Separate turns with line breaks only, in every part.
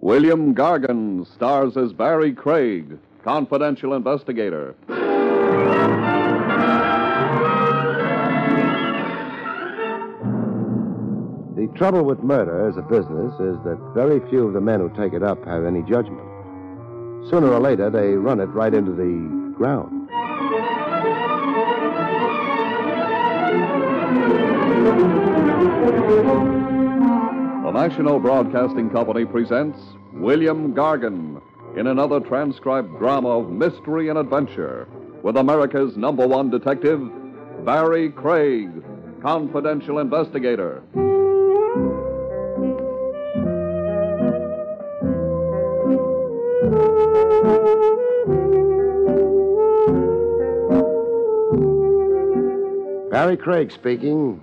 William Gargan stars as Barry Craig, confidential investigator.
The trouble with murder as a business is that very few of the men who take it up have any judgment. Sooner or later, they run it right into the ground.
The National Broadcasting Company presents William Gargan in another transcribed drama of mystery and adventure with America's number one detective, Barry Craig, confidential investigator.
Barry Craig speaking.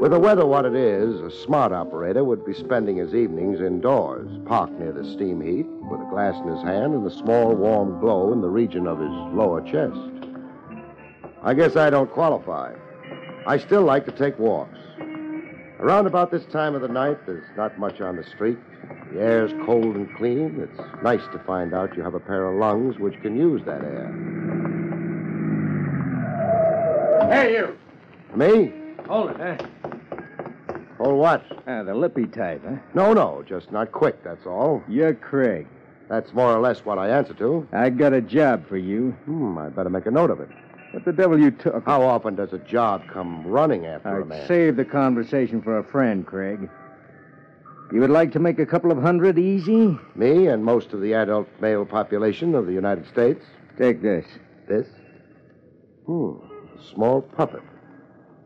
With the weather what it is, a smart operator would be spending his evenings indoors, parked near the steam heat, with a glass in his hand and a small warm glow in the region of his lower chest. I guess I don't qualify. I still like to take walks. Around about this time of the night, there's not much on the street. The air's cold and clean. It's nice to find out you have a pair of lungs which can use that air.
Hey, you!
Me?
Hold it, eh?
Or what?
Ah, the lippy type, huh?
No, no, just not quick, that's all.
You're Craig.
That's more or less what I answer to.
I got a job for you.
Hmm, I better make a note of it.
What the devil you took?
How often does a job come running after a
I'd
man?
save the conversation for a friend, Craig. You would like to make a couple of hundred easy?
Me and most of the adult male population of the United States.
Take this.
This? Hmm, a small puppet.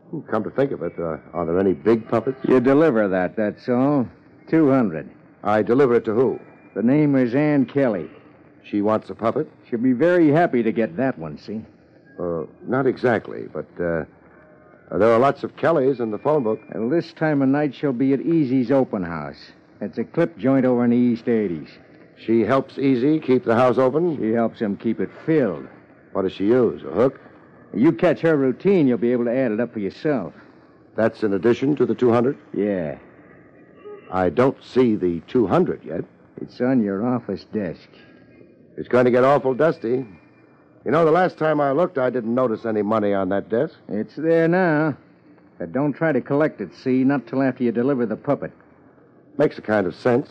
Hmm, come to think of it, uh, are there any big puppets?
You deliver that, that's all. Two hundred.
I deliver it to who?
The name is Ann Kelly.
She wants a puppet?
She'll be very happy to get that one, see?
Uh, not exactly, but uh, there are lots of Kellys in the phone book.
Well, this time of night, she'll be at Easy's open house. It's a clip joint over in the East 80s.
She helps Easy keep the house open.
She helps him keep it filled.
What does she use? A hook?
You catch her routine, you'll be able to add it up for yourself.
That's in addition to the 200?
Yeah.
I don't see the 200 yet.
It's on your office desk.
It's going to get awful dusty. You know, the last time I looked, I didn't notice any money on that desk.
It's there now. But don't try to collect it, see? Not till after you deliver the puppet.
Makes a kind of sense.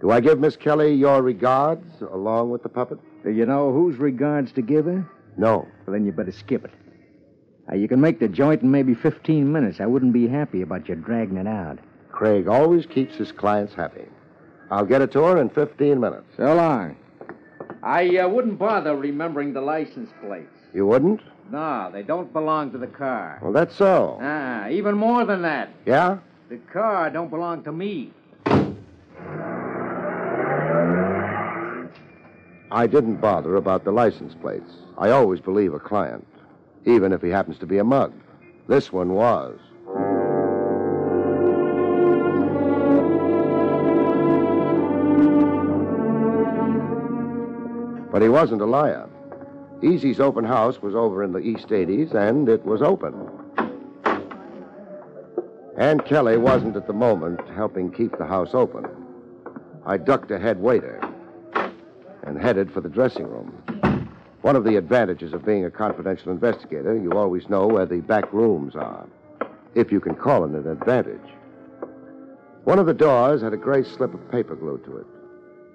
Do I give Miss Kelly your regards along with the puppet?
Do you know whose regards to give her?
No.
Well, then you better skip it. Now, you can make the joint in maybe 15 minutes. I wouldn't be happy about you dragging it out.
Craig always keeps his clients happy. I'll get it to her in 15 minutes.
So long. I uh, wouldn't bother remembering the license plates.
You wouldn't?
No, they don't belong to the car.
Well, that's so.
Ah, even more than that.
Yeah?
The car don't belong to me.
I didn't bother about the license plates. I always believe a client, even if he happens to be a mug. This one was. But he wasn't a liar. Easy's open house was over in the East 80s, and it was open. Ann Kelly wasn't at the moment helping keep the house open. I ducked a head waiter and headed for the dressing room. One of the advantages of being a confidential investigator, you always know where the back rooms are, if you can call it an advantage. One of the doors had a gray slip of paper glued to it.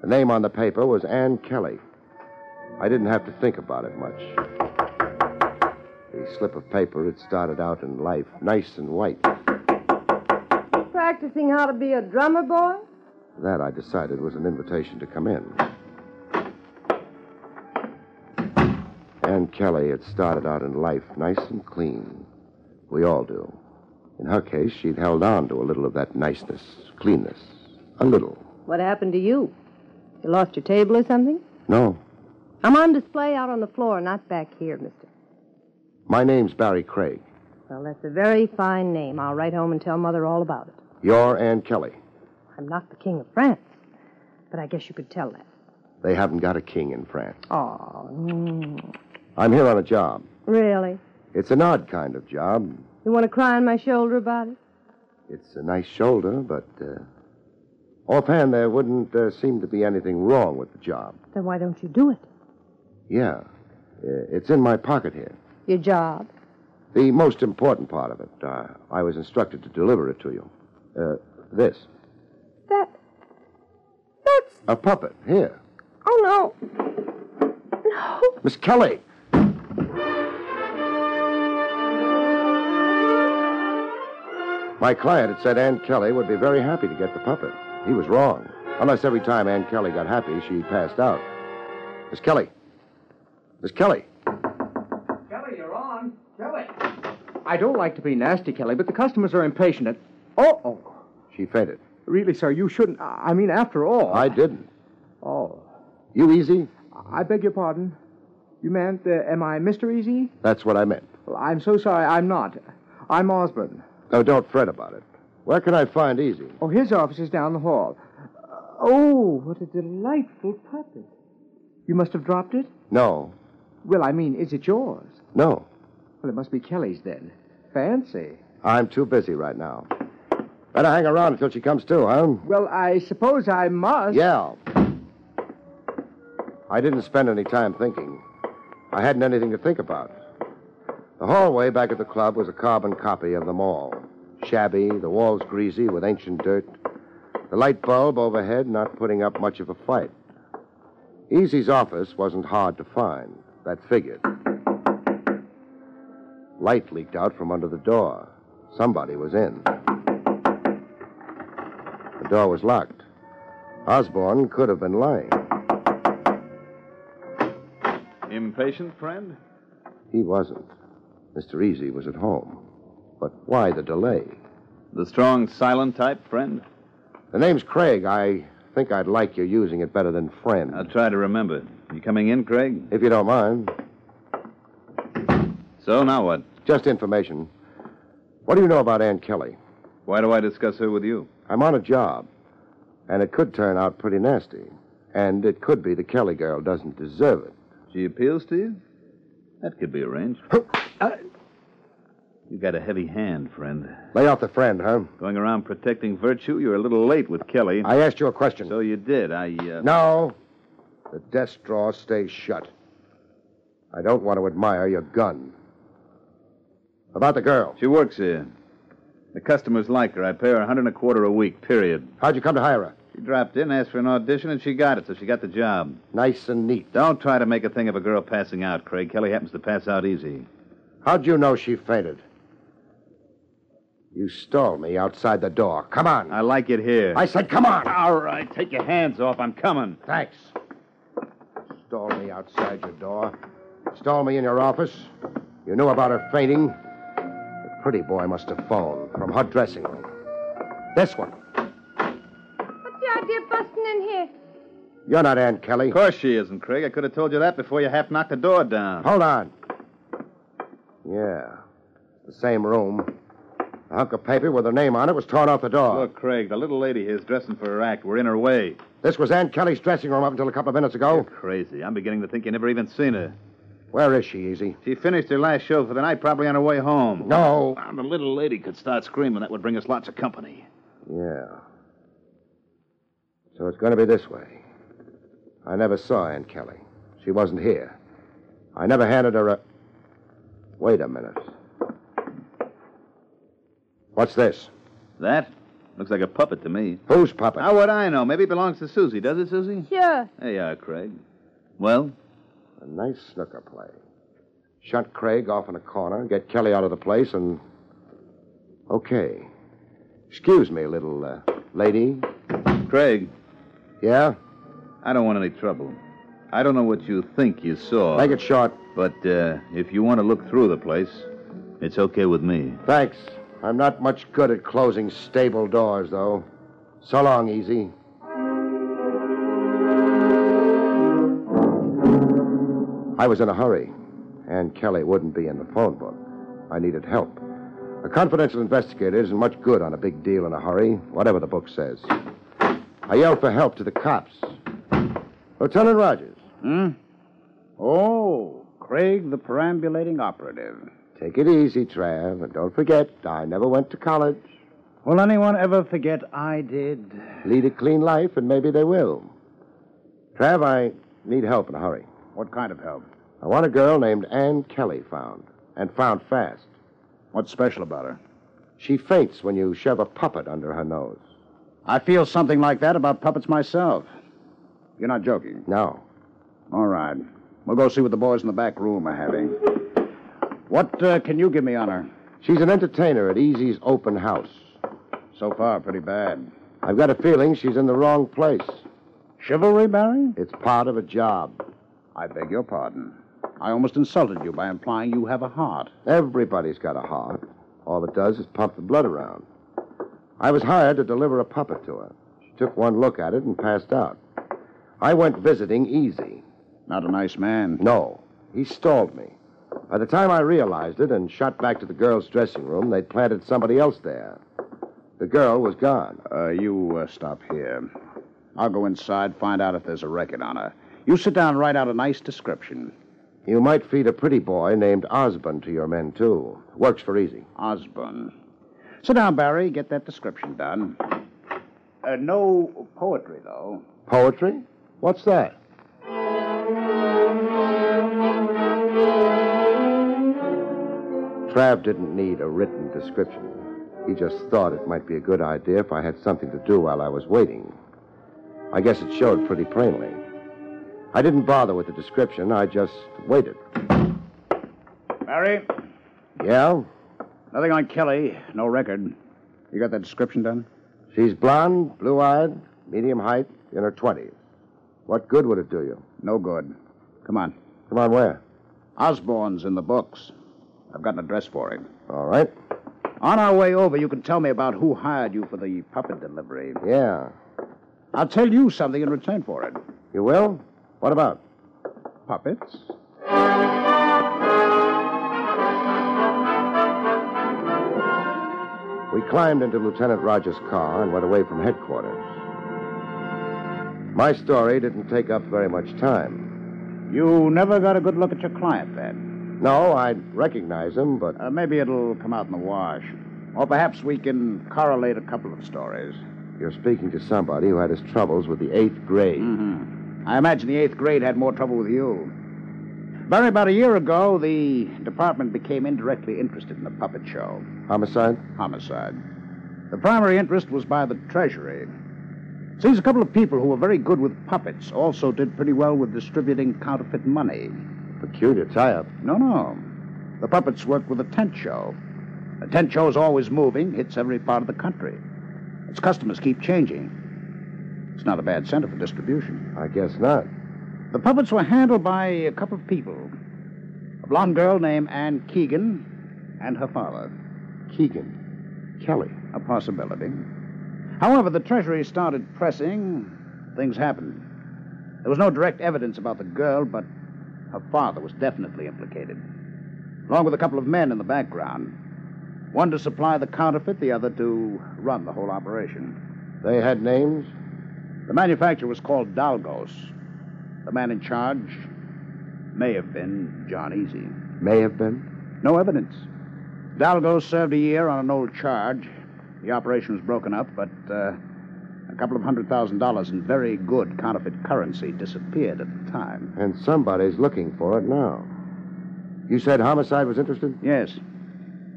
The name on the paper was Ann Kelly. I didn't have to think about it much. The slip of paper had started out in life nice and white.
Practicing how to be a drummer boy?
That I decided was an invitation to come in. Ann Kelly had started out in life nice and clean. We all do. In her case, she'd held on to a little of that niceness, cleanness. A little.
What happened to you? You lost your table or something?
No.
I'm on display out on the floor, not back here, mister.
My name's Barry Craig.
Well, that's a very fine name. I'll write home and tell Mother all about it.
You're Ann Kelly.
I'm not the King of France, but I guess you could tell that.
They haven't got a king in France.
Oh, mm,
I'm here on a job.
really?
It's an odd kind of job.
You want to cry on my shoulder about it?
It's a nice shoulder, but uh, Offhand, there wouldn't uh, seem to be anything wrong with the job.
Then why don't you do it?
Yeah. Uh, It's in my pocket here.
Your job.
The most important part of it. Uh, I was instructed to deliver it to you. Uh, this.
That. That's.
A puppet. Here.
Oh, no. No.
Miss Kelly! My client had said Ann Kelly would be very happy to get the puppet. He was wrong. Unless every time Ann Kelly got happy, she passed out. Miss Kelly. Miss Kelly.
Kelly, you're on. Kelly. I don't like to be nasty, Kelly, but the customers are impatient. And... Oh, oh,
She fainted.
really, sir, you shouldn't. I I mean, after all.
I didn't.
Oh,
You easy?
I beg your pardon. You meant, uh, am I Mr. Easy?
That's what I meant.
Well, I'm so sorry, I'm not. I'm Osborne.
Oh, don't fret about it. Where can I find Easy?
Oh, his office is down the hall. Uh, oh, what a delightful puppet. You must have dropped it?
No.
Well, I mean, is it yours?
No.
Well, it must be Kelly's then. Fancy.
I'm too busy right now. Better hang around until she comes to, huh?
Well, I suppose I must.
Yeah. I didn't spend any time thinking. I hadn't anything to think about. The hallway back at the club was a carbon copy of the mall. Shabby, the walls greasy with ancient dirt. The light bulb overhead not putting up much of a fight. Easy's office wasn't hard to find. That figured. Light leaked out from under the door. Somebody was in. The door was locked. Osborne could have been lying.
Impatient, friend?
He wasn't. Mr. Easy was at home. But why the delay?
The strong, silent type, friend?
The name's Craig. I think I'd like you using it better than friend.
I'll try to remember. You coming in, Craig?
if you don't mind.
So, now what?
Just information. What do you know about Ann Kelly?
Why do I discuss her with you?
I'm on a job, and it could turn out pretty nasty. And it could be the Kelly girl doesn't deserve it.
She appeals to you? That could be arranged. You got a heavy hand, friend.
Lay off the friend, huh?
Going around protecting virtue, you're a little late with Kelly.
I asked you a question.
So you did. I, uh...
No. The desk drawer stays shut. I don't want to admire your gun. About the girl.
She works here. The customers like her. I pay her a hundred and a quarter a week, period.
How'd you come to hire her?
She dropped in, asked for an audition, and she got it, so she got the job.
Nice and neat.
Don't try to make a thing of a girl passing out, Craig. Kelly happens to pass out easy.
How'd you know she fainted? You stalled me outside the door. Come on.
I like it here.
I said, come on.
All right, take your hands off. I'm coming.
Thanks. Stall me outside your door. Stall me in your office. You knew about her fainting. The pretty boy must have phoned from her dressing room. This one.
What's the idea of busting in here?
You're not Ann Kelly.
Of course she isn't, Craig. I could have told you that before you half knocked the door down.
Hold on. Yeah. The same room. A hunk of paper with her name on it was torn off the door.
Look, Craig, the little lady here is dressing for her act. We're in her way.
This was Ann Kelly's dressing room up until a couple of minutes
You're
ago.
crazy. I'm beginning to think you never even seen her.
Where is she, Easy?
She finished her last show for the night, probably on her way home.
No.
Ah, the little lady could start screaming. That would bring us lots of company.
Yeah. So it's going to be this way. I never saw Ann Kelly. She wasn't here. I never handed her a. Wait a minute. What's this?
That looks like a puppet to me.
Whose puppet?
How would I know? Maybe it belongs to Susie. Does it, Susie?
Sure.
There you are, Craig. Well,
A nice snooker play. Shunt Craig off in a corner, get Kelly out of the place, and. Okay. Excuse me, little uh, lady.
Craig,
Yeah?
I don't want any trouble. I don't know what you think you saw,
Make it short.
but uh, if you want to look through the place, it's okay with me.
Thanks. I'm not much good at closing stable doors, though. So long, Easy. I was in a hurry. Ann Kelly wouldn't be in the phone book. I needed help. A confidential investigator isn't much good on a big deal in a hurry, whatever the book says. I yelled for help to the cops. Lieutenant Rogers,
Hmm? Oh, Craig, the perambulating operative.
take it easy, Trav, and don't forget, I never went to college.
Will anyone ever forget I did?
Lead a clean life, and maybe they will. Trav, I need help in a hurry.
What kind of help?
I want a girl named Ann Kelly found, and found fast.
What's special about her?
She faints when you shove a puppet under her nose.
I feel something like that about puppets myself. You're not joking.
No.
All right. We'll go see what the boys in the back room are having. What uh, can you give me on her?
She's an entertainer at Easy's open house.
So far, pretty bad.
I've got a feeling she's in the wrong place.
Chivalry, Barry?
It's part of a job.
I beg your pardon. I almost insulted you by implying you have a heart.
Everybody's got a heart. All it does is pump the blood around. I was hired to deliver a puppet to her. She took one look at it and passed out. I went visiting Easy.
Not a nice man.
No, he stalled me. By the time I realized it and shot back to the girl's dressing room, they'd planted somebody else there. The girl was gone.
Uh, you uh, stop here. I'll go inside, find out if there's a record on her. You sit down and write out a nice description.
You might feed a pretty boy named Osborne to your men, too. Works for Easy.
Osborne. Sit down, Barry. Get that description done. Uh, no poetry, though.
Poetry? What's that? Trav didn't need a written description. He just thought it might be a good idea if I had something to do while I was waiting. I guess it showed pretty plainly. I didn't bother with the description, I just waited.
Barry,
Yeah?
nothing on Kelly. No record. You got that description done?
She's blonde, blue eyed, medium height, in her 20s. What good would it do you?
No good. Come on.
Come on, where?
Osborne's in the books. I've got an address for him.
All right.
On our way over, you can tell me about who hired you for the puppet delivery.
Yeah.
I'll tell you something in return for it.
You will? What about?
Puppets?
We climbed into Lieutenant Rogers' car and went away from headquarters. My story didn't take up very much time.
You never got a good look at your client then.
No, I'd recognize him, but
Uh, maybe it'll come out in the wash. Or perhaps we can correlate a couple of stories.
you're speaking to somebody who had his troubles with the eighth grade.
Mm-hmm. I imagine the eighth grade had more trouble with you. Barry, about a year ago, the department became indirectly interested in the puppet show,
Homicide?
homicide. The primary interest was by the Treasury. Seems a couple of people who were very good with puppets also did pretty well with distributing counterfeit money.
Peculiar tie up.
No, no. The puppets worked with a tent show. A tent show is always moving, hits every part of the country. Its customers keep changing. It's not a bad center for distribution.
I guess not.
The puppets were handled by a couple of people a blonde girl named Ann Keegan and her father.
Keegan. Kelly.
A possibility. However, the Treasury started pressing. Things happened. There was no direct evidence about the girl, but her father was definitely implicated, along with a couple of men in the background. One to supply the counterfeit, the other to run the whole operation.
They had names?
The manufacturer was called Dalgos. The man in charge may have been John Easy.
May have been.
No evidence. Dalgo served a year on an old charge. The operation was broken up, but uh, a couple of hundred thousand dollars in very good counterfeit currency disappeared at the time.
And somebody's looking for it now. You said homicide was interested?
Yes.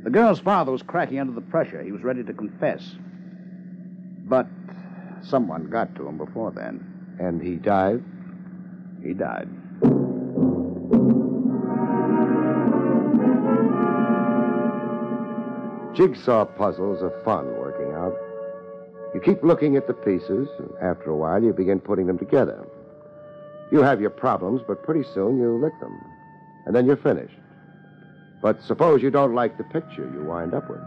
The girl's father was cracking under the pressure. He was ready to confess. But someone got to him before then.
And he died?
He died.
Jigsaw puzzles are fun working out. You keep looking at the pieces, and after a while, you begin putting them together. You have your problems, but pretty soon you lick them, and then you're finished. But suppose you don't like the picture you wind up with.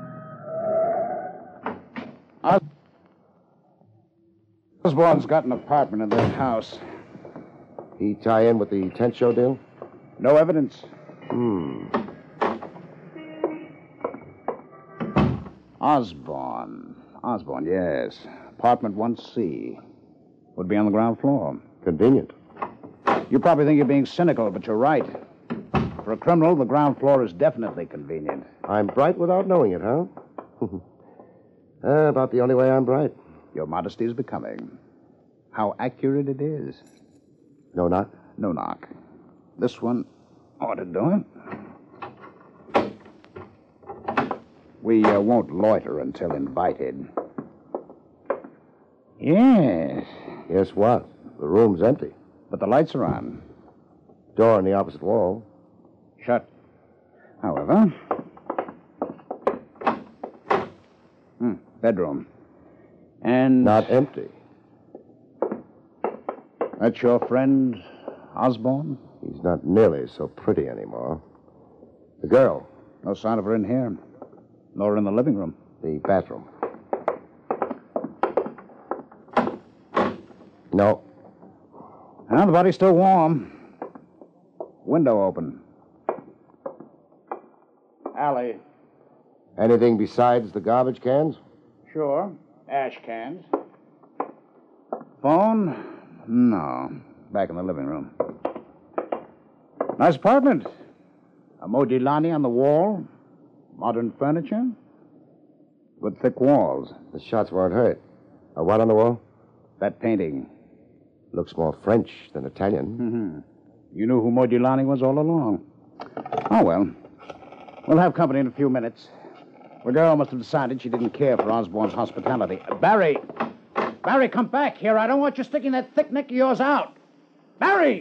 Osborne's got an apartment in that house.
He tie in with the tent show deal?
No evidence.
Hmm.
Osborne. Osborne, yes. Apartment 1C. Would be on the ground floor.
Convenient.
You probably think you're being cynical, but you're right. For a criminal, the ground floor is definitely convenient.
I'm bright without knowing it, huh? Uh, about the only way I'm right.
Your modesty is becoming. How accurate it is.
No, not.
No knock. This one ought to do it. We uh, won't loiter until invited. Yes,
Yes, what? The room's empty.
but the lights are on.
Door on the opposite wall.
Shut. However. Hmm, bedroom. And.
Not empty.
That's your friend, Osborne?
He's not nearly so pretty anymore. The girl,
No sign of her in here, nor in the living room.
the bathroom. No.
Well, the body's still warm. Window open. Alley.
Anything besides the garbage cans?
Sure. Ash cans. Phone? No. Back in the living room. Nice apartment. A Modilani on the wall. Modern furniture. With thick walls.
The shots weren't hurt. A what on the wall?
That painting.
Looks more French than Italian.
You knew who Modulani was all along. Oh, well. We'll have company in a few minutes. The girl must have decided she didn't care for Osborne's hospitality. Barry! Barry, come back here. I don't want you sticking that thick neck of yours out. Barry!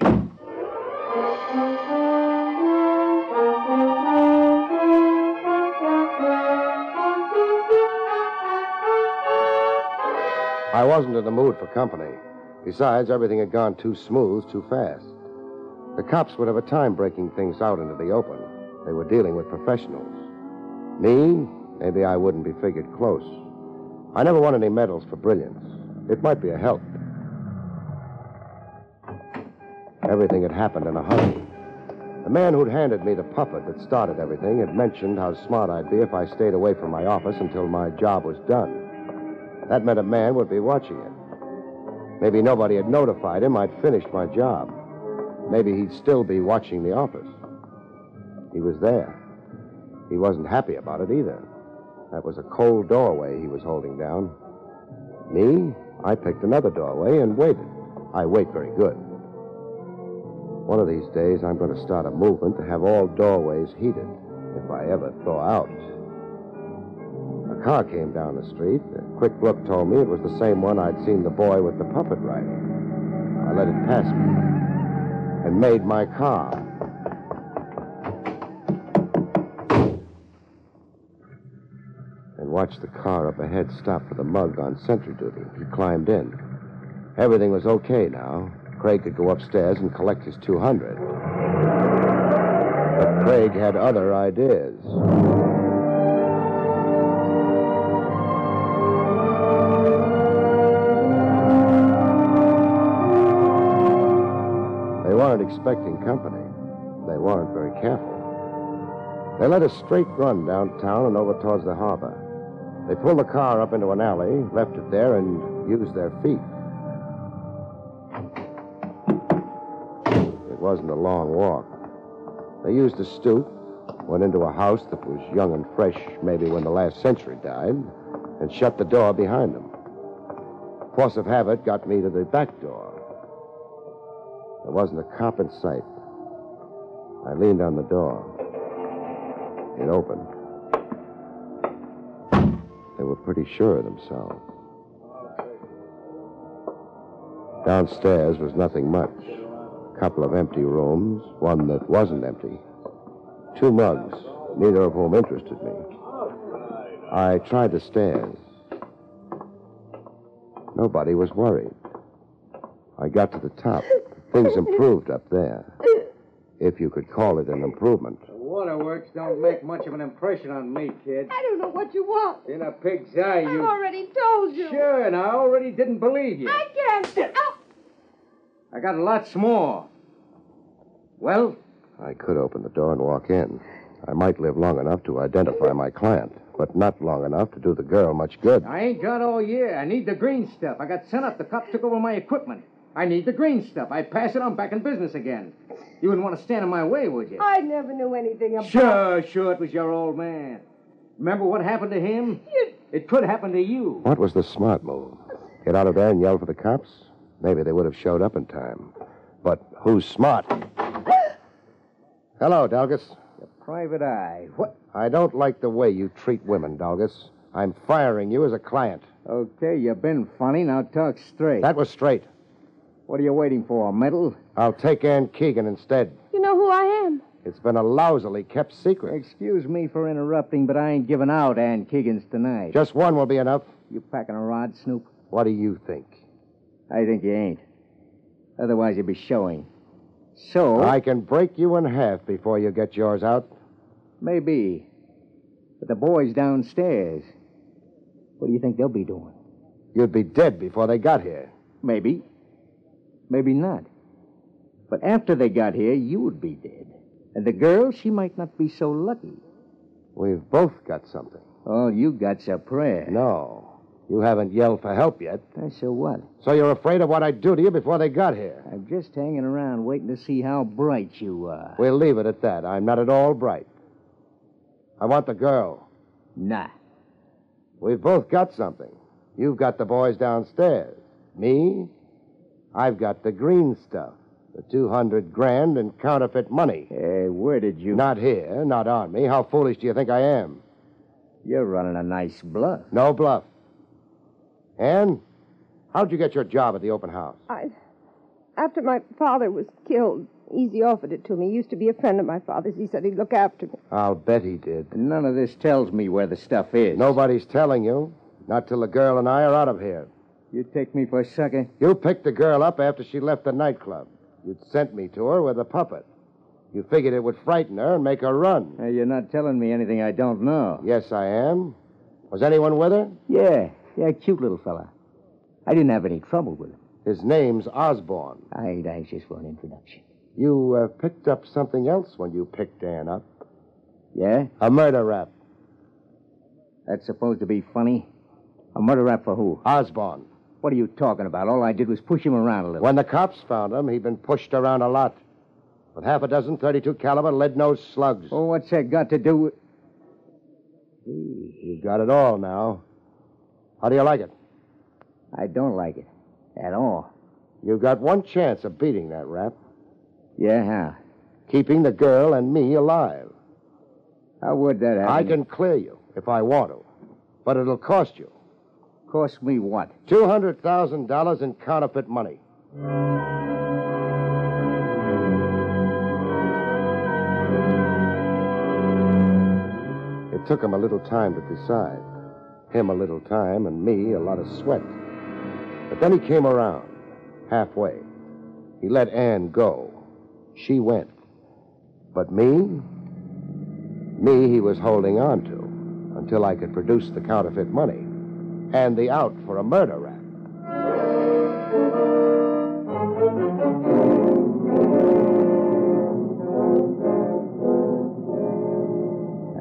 I wasn't in the mood for company. Besides, everything had gone too smooth, too fast. The cops would have a time breaking things out into the open. They were dealing with professionals. Me, maybe I wouldn't be figured close. I never won any medals for brilliance. It might be a help. Everything had happened in a hurry. The man who'd handed me the puppet that started everything had mentioned how smart I'd be if I stayed away from my office until my job was done. That meant a man would be watching it. Maybe nobody had notified him I'd finished my job. Maybe he'd still be watching the office. He was there. He wasn't happy about it either. That was a cold doorway he was holding down. Me, I picked another doorway and waited. I wait very good. One of these days, I'm going to start a movement to have all doorways heated if I ever thaw out. A car came down the street. A quick look told me it was the same one I'd seen the boy with the puppet riding. I let it pass me and made my car. And watched the car up ahead stop for the mug on sentry duty. He climbed in. Everything was okay now. Craig could go upstairs and collect his 200. But Craig had other ideas. They weren't expecting company. They weren't very careful. They let a straight run downtown and over towards the harbor. They pulled the car up into an alley, left it there, and used their feet. It wasn't a long walk. They used a stoop, went into a house that was young and fresh, maybe when the last century died, and shut the door behind them. Force of habit got me to the back door. There wasn't a cop in sight. I leaned on the door. It opened. They were pretty sure of themselves. Downstairs was nothing much. A couple of empty rooms, one that wasn't empty. Two mugs, neither of whom interested me. I tried the stairs. Nobody was worried. I got to the top. Things improved up there. If you could call it an improvement.
The waterworks don't make much of an impression on me, kid.
I don't know what you want.
In a pig's eye,
I've
you.
already told you.
Sure, and I already didn't believe you.
I can't. Ow!
I got lots more. Well,
I could open the door and walk in. I might live long enough to identify my client, but not long enough to do the girl much good.
I ain't got all year. I need the green stuff. I got sent up. The cop took over my equipment. I need the green stuff. I pass it. I'm back in business again. You wouldn't want to stand in my way, would you?
I never knew anything about
Sure, sure. It was your old man. Remember what happened to him?
you.
It could happen to you.
What was the smart move? Get out of there and yell for the cops? Maybe they would have showed up in time. But who's smart? Hello, Dalgus.
Private Eye. What?
I don't like the way you treat women, Dalgus. I'm firing you as a client.
Okay, you've been funny. Now talk straight.
That was straight.
What are you waiting for, a medal?
I'll take Ann Keegan instead.
You know who I am.
It's been a lousily kept secret.
Excuse me for interrupting, but I ain't giving out Ann Keegan's tonight.
Just one will be enough.
You packing a rod, Snoop?
What do you think?
I think you ain't. Otherwise, you'd be showing. So,
I can break you in half before you get yours out.
maybe. But the boys downstairs, what do you think they'll be doing?
You'd be dead before they got here.
Maybe. Maybe not. But after they got here, you would be dead. And the girl, she might not be so lucky.
We've both got something.
All you got's a prayer.
No, you haven't yelled for help yet.
Uh, So what?
So you're afraid of what I'd do to you before they got here.
I'm just hanging around waiting to see how bright you are.
We'll leave it at that. I'm not at all bright. I want the girl.
Nah.
We've both got something. You've got the boys downstairs. Me? I've got the green stuff. The 200 grand in counterfeit money.
Hey, where did you.
Not here, not on me. How foolish do you think I am?
You're running a nice bluff.
No bluff. Ann, how'd you get your job at the open house?
I, after my father was killed, Easy offered it to me. He used to be a friend of my father's. He said he'd look after me.
I'll bet he did.
None of this tells me where the stuff is.
Nobody's telling you. Not till the girl and I are out of here.
You take me for a sucker?
You picked the girl up after she left the nightclub. You'd sent me to her with a puppet. You figured it would frighten her and make her run.
Hey, you're not telling me anything I don't know.
Yes, I am. Was anyone with her?
Yeah, yeah, cute little fella. I didn't have any trouble with him.
His name's Osborne.
I ain't anxious for an introduction.
You uh, picked up something else when you picked Ann up.
Yeah?
A murder rap.
That's supposed to be funny? A murder rap for who?
Osborne.
What are you talking about? All I did was push him around a little.
When the cops found him, he'd been pushed around a lot. With half a dozen 32 caliber lead nosed slugs.
Oh, what's that got to do with.
You got it all now. How do you like it?
I don't like it. At all.
You got one chance of beating that rap,
Yeah, how?
keeping the girl and me alive.
How would that happen?
I can clear you if I want to, but it'll cost you
Cost me what?
$200,000 in counterfeit money. It took him a little time to decide. Him a little time, and me a lot of sweat. But then he came around, halfway. He let Ann go. She went. But me? Me, he was holding on to until I could produce the counterfeit money and the out for a murder rap.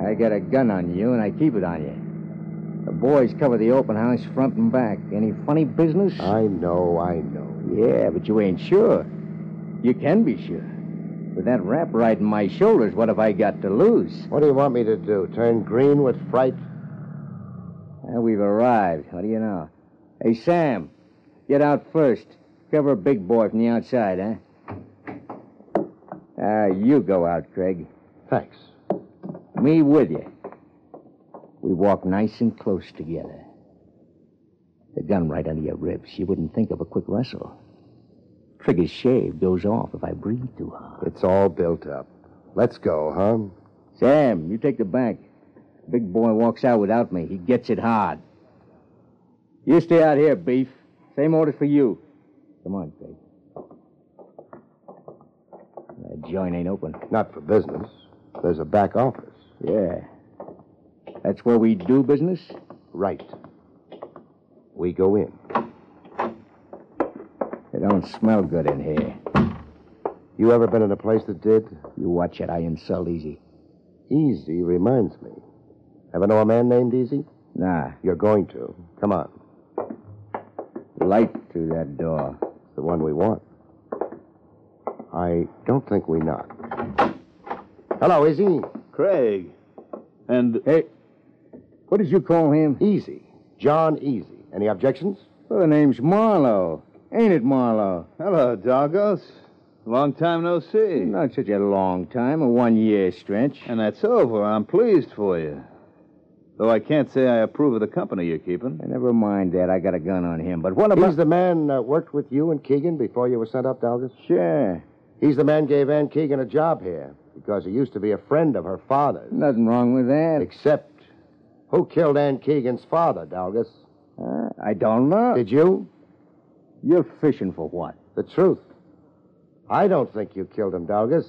I got a gun on you, and I keep it on you. The boys cover the open house front and back. Any funny business?
I know, I know.
yeah, but you ain't sure. You can be sure. With that rap riding my shoulders, what have I got to lose?
What do you want me to do? Turn green with fright?
Well, we've arrived. What do you know? Hey, Sam, get out first. Cover a big boy from the outside, huh? Ah, you go out, Craig.
Thanks.
Me with you. We walk nice and close together. The gun right under your ribs. You wouldn't think of a quick rustle. Trigger's shave goes off if I breathe too hard.
It's all built up. Let's go, huh?
Sam, you take the back. Big boy walks out without me. He gets it hard. You stay out here, Beef. Same orders for you. Come on, Craig. That joint ain't open.
Not for business. There's a back office.
Yeah. That's where we do business?
Right. We go in.
It don't smell good in here.
You ever been in a place that did?
You watch it, I insult easy.
Easy reminds me. Ever know a man named Easy?
Nah,
You're going to. Come on.
light through that door.
It's the one we want. I don't think we knocked. Hello, Easy.
Craig. And
Hey, What did you call him?
Easy. John Easy. Any objections?
Well, the name's Marlowe. Ain't it, Marlowe? Hello, Doggos.
Long time no see.
Not such a long time, a one year stretch.
And that's over. I'm pleased for you. Though I can't say I approve of the company you're keeping.
Hey, Uh, Never mind that. I got a gun on him. But what
He's
about.
the man that worked with you and Keegan before you were sent up, Dalgas?
Sure.
He's the man gave Ann Keegan a job here because he used to be a friend of her father's.
Nothing wrong with that.
Except, who killed Ann Keegan's father, Dalgas?
Uh, I don't know.
Did you?
You're fishing for what?
The truth. I don't think you killed him, Dalgas.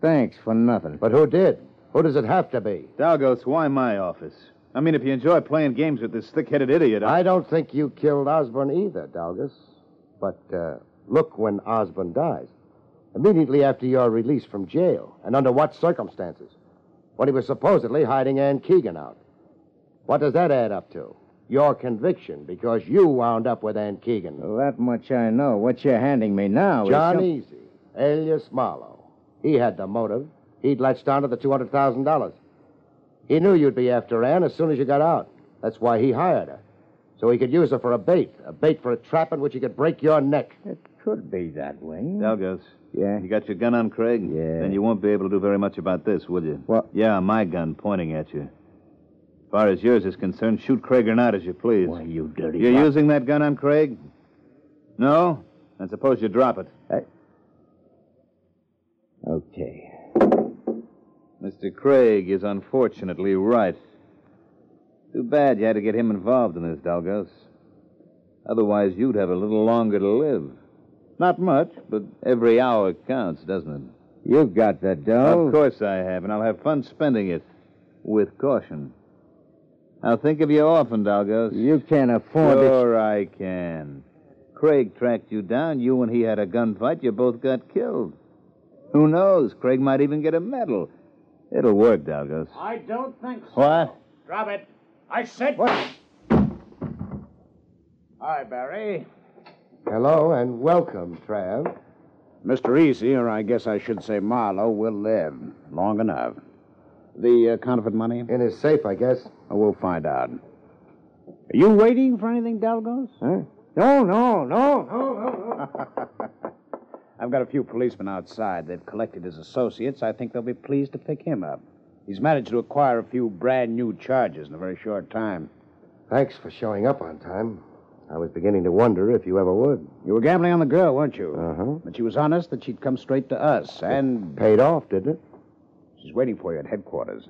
Thanks for nothing.
But who did? Who does it have to be?
Dalgos, why my office? I mean, if you enjoy playing games with this thick headed idiot, I.
I don't think you killed Osborne either, Dalgas. But uh, look when Osborne dies. Immediately after your release from jail, and under what circumstances? When he was supposedly hiding Ann Keegan out. What does that add up to? Your conviction, because you wound up with Ann Keegan.
Well, that much I know. What you're handing me now is.
John
some-
Easy, alias Marlowe. He had the motive. He'd latched onto the $200,000. He knew you'd be after Ann as soon as you got out. That's why he hired her. So he could use her for a bait, a bait for a trap in which he could break your neck.
It could be that way.
Dalgos,
Yeah.
you got your gun on Craig?
Yeah.
Then you won't be able to do very much about this, will you?
What?
Yeah, my gun pointing at you. As far as yours is concerned, shoot Craig or not as you please.
Why, you dirty.
You're
bu-
using that gun on Craig? No? Then suppose you drop it.
Okay.
Mr. Craig is unfortunately right. Too bad you had to get him involved in this, Dalgos. Otherwise, you'd have a little longer to live. Not much, but every hour counts, doesn't
You've got the
it?
dough.
Oh.
Of course I have, and I'll have fun spending it. With caution. I'll think of you often, Dalgos.
You can't
Oh,
afford to.
Sure, I can. Craig tracked you down. You and he had a gunfight. You both got killed. Who knows? Craig might even get a medal. It'll work, Dalgos.
I don't think so.
What?
Drop it. I said. What? Hi, Barry.
Hello and welcome, Trav.
Mr. Easy, or I guess I should say Marlowe, will live long enough. The uh, counterfeit money? Oh,
In his safe, I guess.
We'll find out. Are you waiting for anything, Dalgos?
Huh? No, no, no, no.
I've got a few policemen outside. They've collected his associates. I think they'll be pleased to pick him up. He's managed to acquire a few brand new charges in a very short time.
Thanks for showing up on time. I was beginning to wonder if you ever would.
You were gambling on the girl, weren't you?
Uh.
Uh-huh.
But she was honest that she'd come straight to us, and
Paid off, didn't it?
she's waiting for you at headquarters.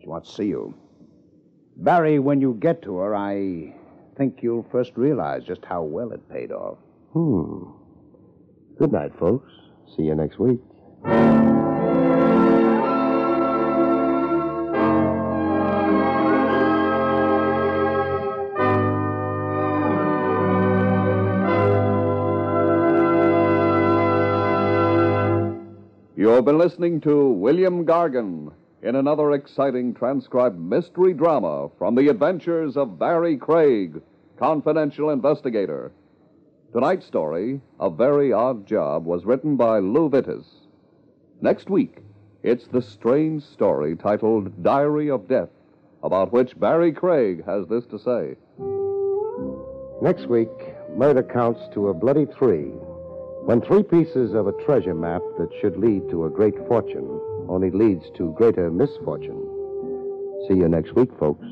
She wants to see you. Barry, when you get to her, I think you'll first realize just how well it paid off.
Hmm. Good night, folks. See you next week.
You've been listening to William Gargan in another exciting transcribed mystery drama from the adventures of Barry Craig, confidential investigator. Tonight's story, A Very Odd Job, was written by Lou Vittis. Next week, it's the strange story titled Diary of Death, about which Barry Craig has this to say.
Next week, murder counts to a bloody three when three pieces of a treasure map that should lead to a great fortune only leads to greater misfortune. See you next week, folks.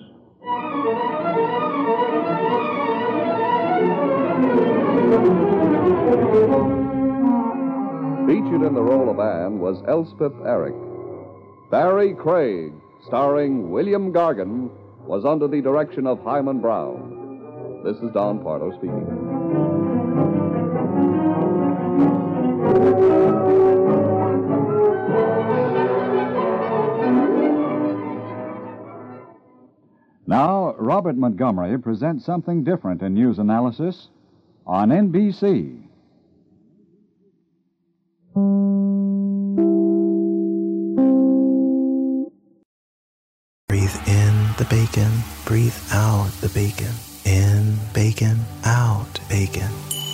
Featured in the role of Anne was Elspeth Eric. Barry Craig, starring William Gargan, was under the direction of Hyman Brown. This is Don Pardo speaking.
Now, Robert Montgomery presents something different in news analysis on NBC.
Breathe in the bacon, breathe out the bacon. In bacon, out bacon.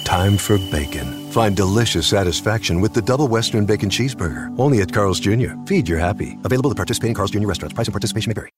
Time for bacon. Find delicious satisfaction with the double Western bacon cheeseburger. Only at Carl's Jr. Feed your happy. Available at participating Carl's Jr. restaurants. Price and participation may vary.